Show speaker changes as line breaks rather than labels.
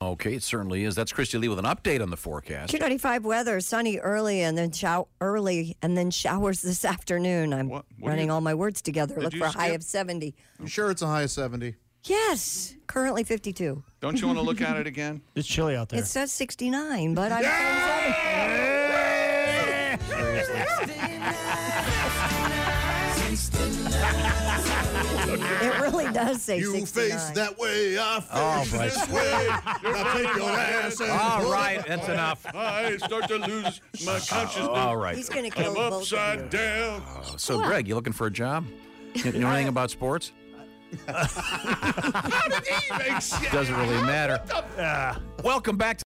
Okay, it certainly is. That's Christy Lee with an update on the forecast.
295 weather, sunny early and then show- early and then showers this afternoon. I'm
What- what do
running
you-
all my words together.
Did
Look
you
for a high
skip-
of 70.
I'm sure it's a high of 70.
Yes, currently 52.
Don't you want to look at it again?
It's chilly out there.
It says 69, but I'm It really does say
You
69.
face that way, I face this way. Now take your ass and
All right, that's enough.
I start to lose my consciousness.
All right.
He's going to kill both of you.
down.
So, Greg, you looking for a job? You know anything about sports? Doesn't really matter. Welcome back to.